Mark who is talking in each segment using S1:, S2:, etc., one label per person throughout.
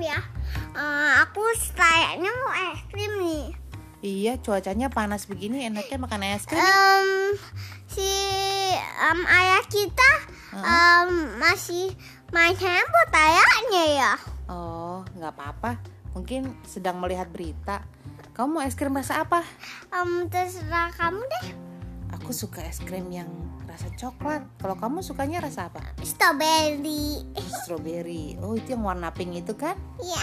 S1: ya. Eh, aku kayaknya mau es krim nih.
S2: Iya, cuacanya panas begini enaknya makan es krim.
S1: Em, si em, ayah kita em, masih main handphone kayaknya ya.
S2: Oh, nggak apa-apa. Mungkin sedang melihat berita. Kamu mau es krim rasa apa?
S1: Em, terserah kamu deh.
S2: Aku suka es krim yang rasa coklat. Kalau kamu sukanya rasa apa?
S1: Strawberry.
S2: Strawberry. Oh, itu yang warna pink itu kan?
S1: Iya.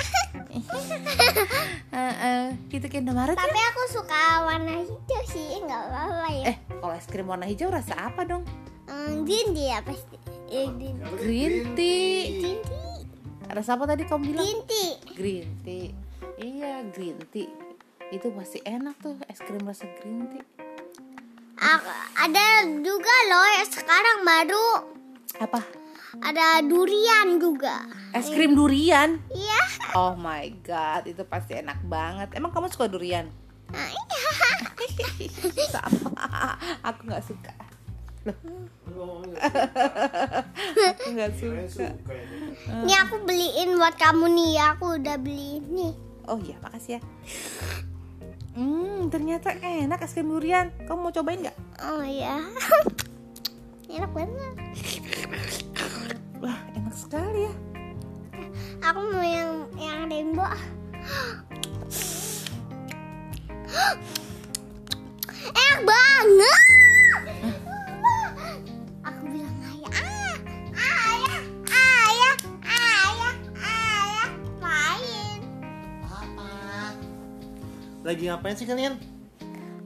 S2: Eh, eh, kita ke Indomaret yuk.
S1: Tapi aku suka warna hijau sih, nggak apa-apa ya.
S2: Eh, kalau es krim warna hijau rasa apa dong?
S1: Em, green dia pasti. Eh, green tea.
S2: Green tea.
S1: Green tea.
S2: Rasa apa tadi kamu bilang?
S1: Green tea.
S2: Green tea. Iya, green tea. Itu pasti enak tuh es krim rasa green tea.
S1: A- ada juga loh yang sekarang baru
S2: Apa?
S1: ada durian juga.
S2: Es krim durian.
S1: Iya.
S2: Oh my god, itu pasti enak banget. Emang kamu suka durian?
S1: Nah, iya.
S2: Sama. Aku nggak suka. Loh. Aku nggak suka.
S1: Ini aku beliin buat kamu nih, ya. aku udah beliin nih.
S2: Oh iya, makasih ya. Hmm, ternyata enak es krim durian. Kamu mau cobain nggak?
S1: Oh ya. Enak banget.
S2: Wah, enak sekali ya.
S1: Aku mau yang yang rainbow. Enak banget. Aku bilang ayah. Ah, ayah, ayah, ayah, ayah. Main.
S3: Lagi ngapain sih kalian?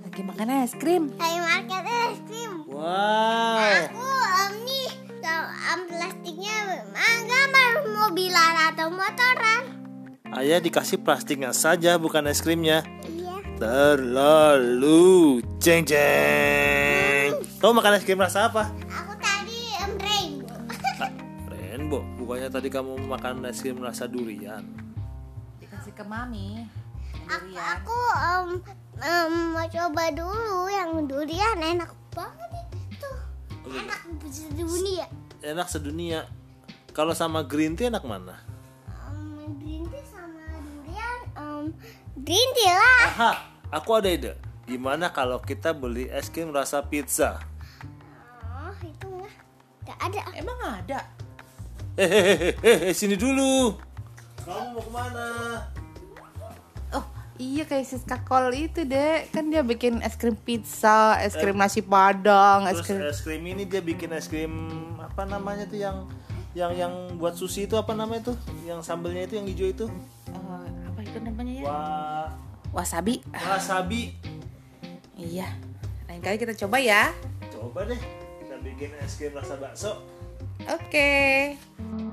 S2: Lagi makan es krim.
S1: Dari market eh, es krim.
S3: Wow,
S1: Aku um, nih um, plastiknya um, gambar mobilan atau motoran.
S3: ayah dikasih plastiknya saja bukan es krimnya.
S1: Iya.
S3: Terlalu jeng jeng. Kamu makan es krim rasa apa?
S1: Aku tadi um, rainbow.
S3: Ah, Rainbow. Bukannya tadi kamu makan es krim rasa durian?
S2: Dikasih ke mami.
S1: aku aku um, um, mau coba dulu yang durian enak banget itu. Enak ya. dunia.
S3: Enak sedunia. Kalau sama green tea enak mana?
S1: Um, green tea sama durian. Um, green tea lah.
S3: Aha, aku ada ide. Gimana kalau kita beli es krim rasa pizza?
S1: Oh, itu mah nggak ada.
S2: Emang ada?
S3: Hehehe, sini dulu. Kamu mau kemana?
S2: Oh iya kayak Siska Kol itu deh Kan dia bikin es krim pizza, es krim nasi padang, es
S3: Eh, Terus
S2: krim
S3: es krim ini dia bikin es krim apa namanya tuh yang yang yang buat sushi itu apa namanya tuh? Yang sambelnya itu yang hijau itu?
S2: Eh, Apa itu namanya ya?
S3: Wah,
S2: Wasabi
S3: wasabi.
S2: Iya Lain kali kita coba ya
S3: Coba deh kita bikin es krim rasa bakso.
S2: Oke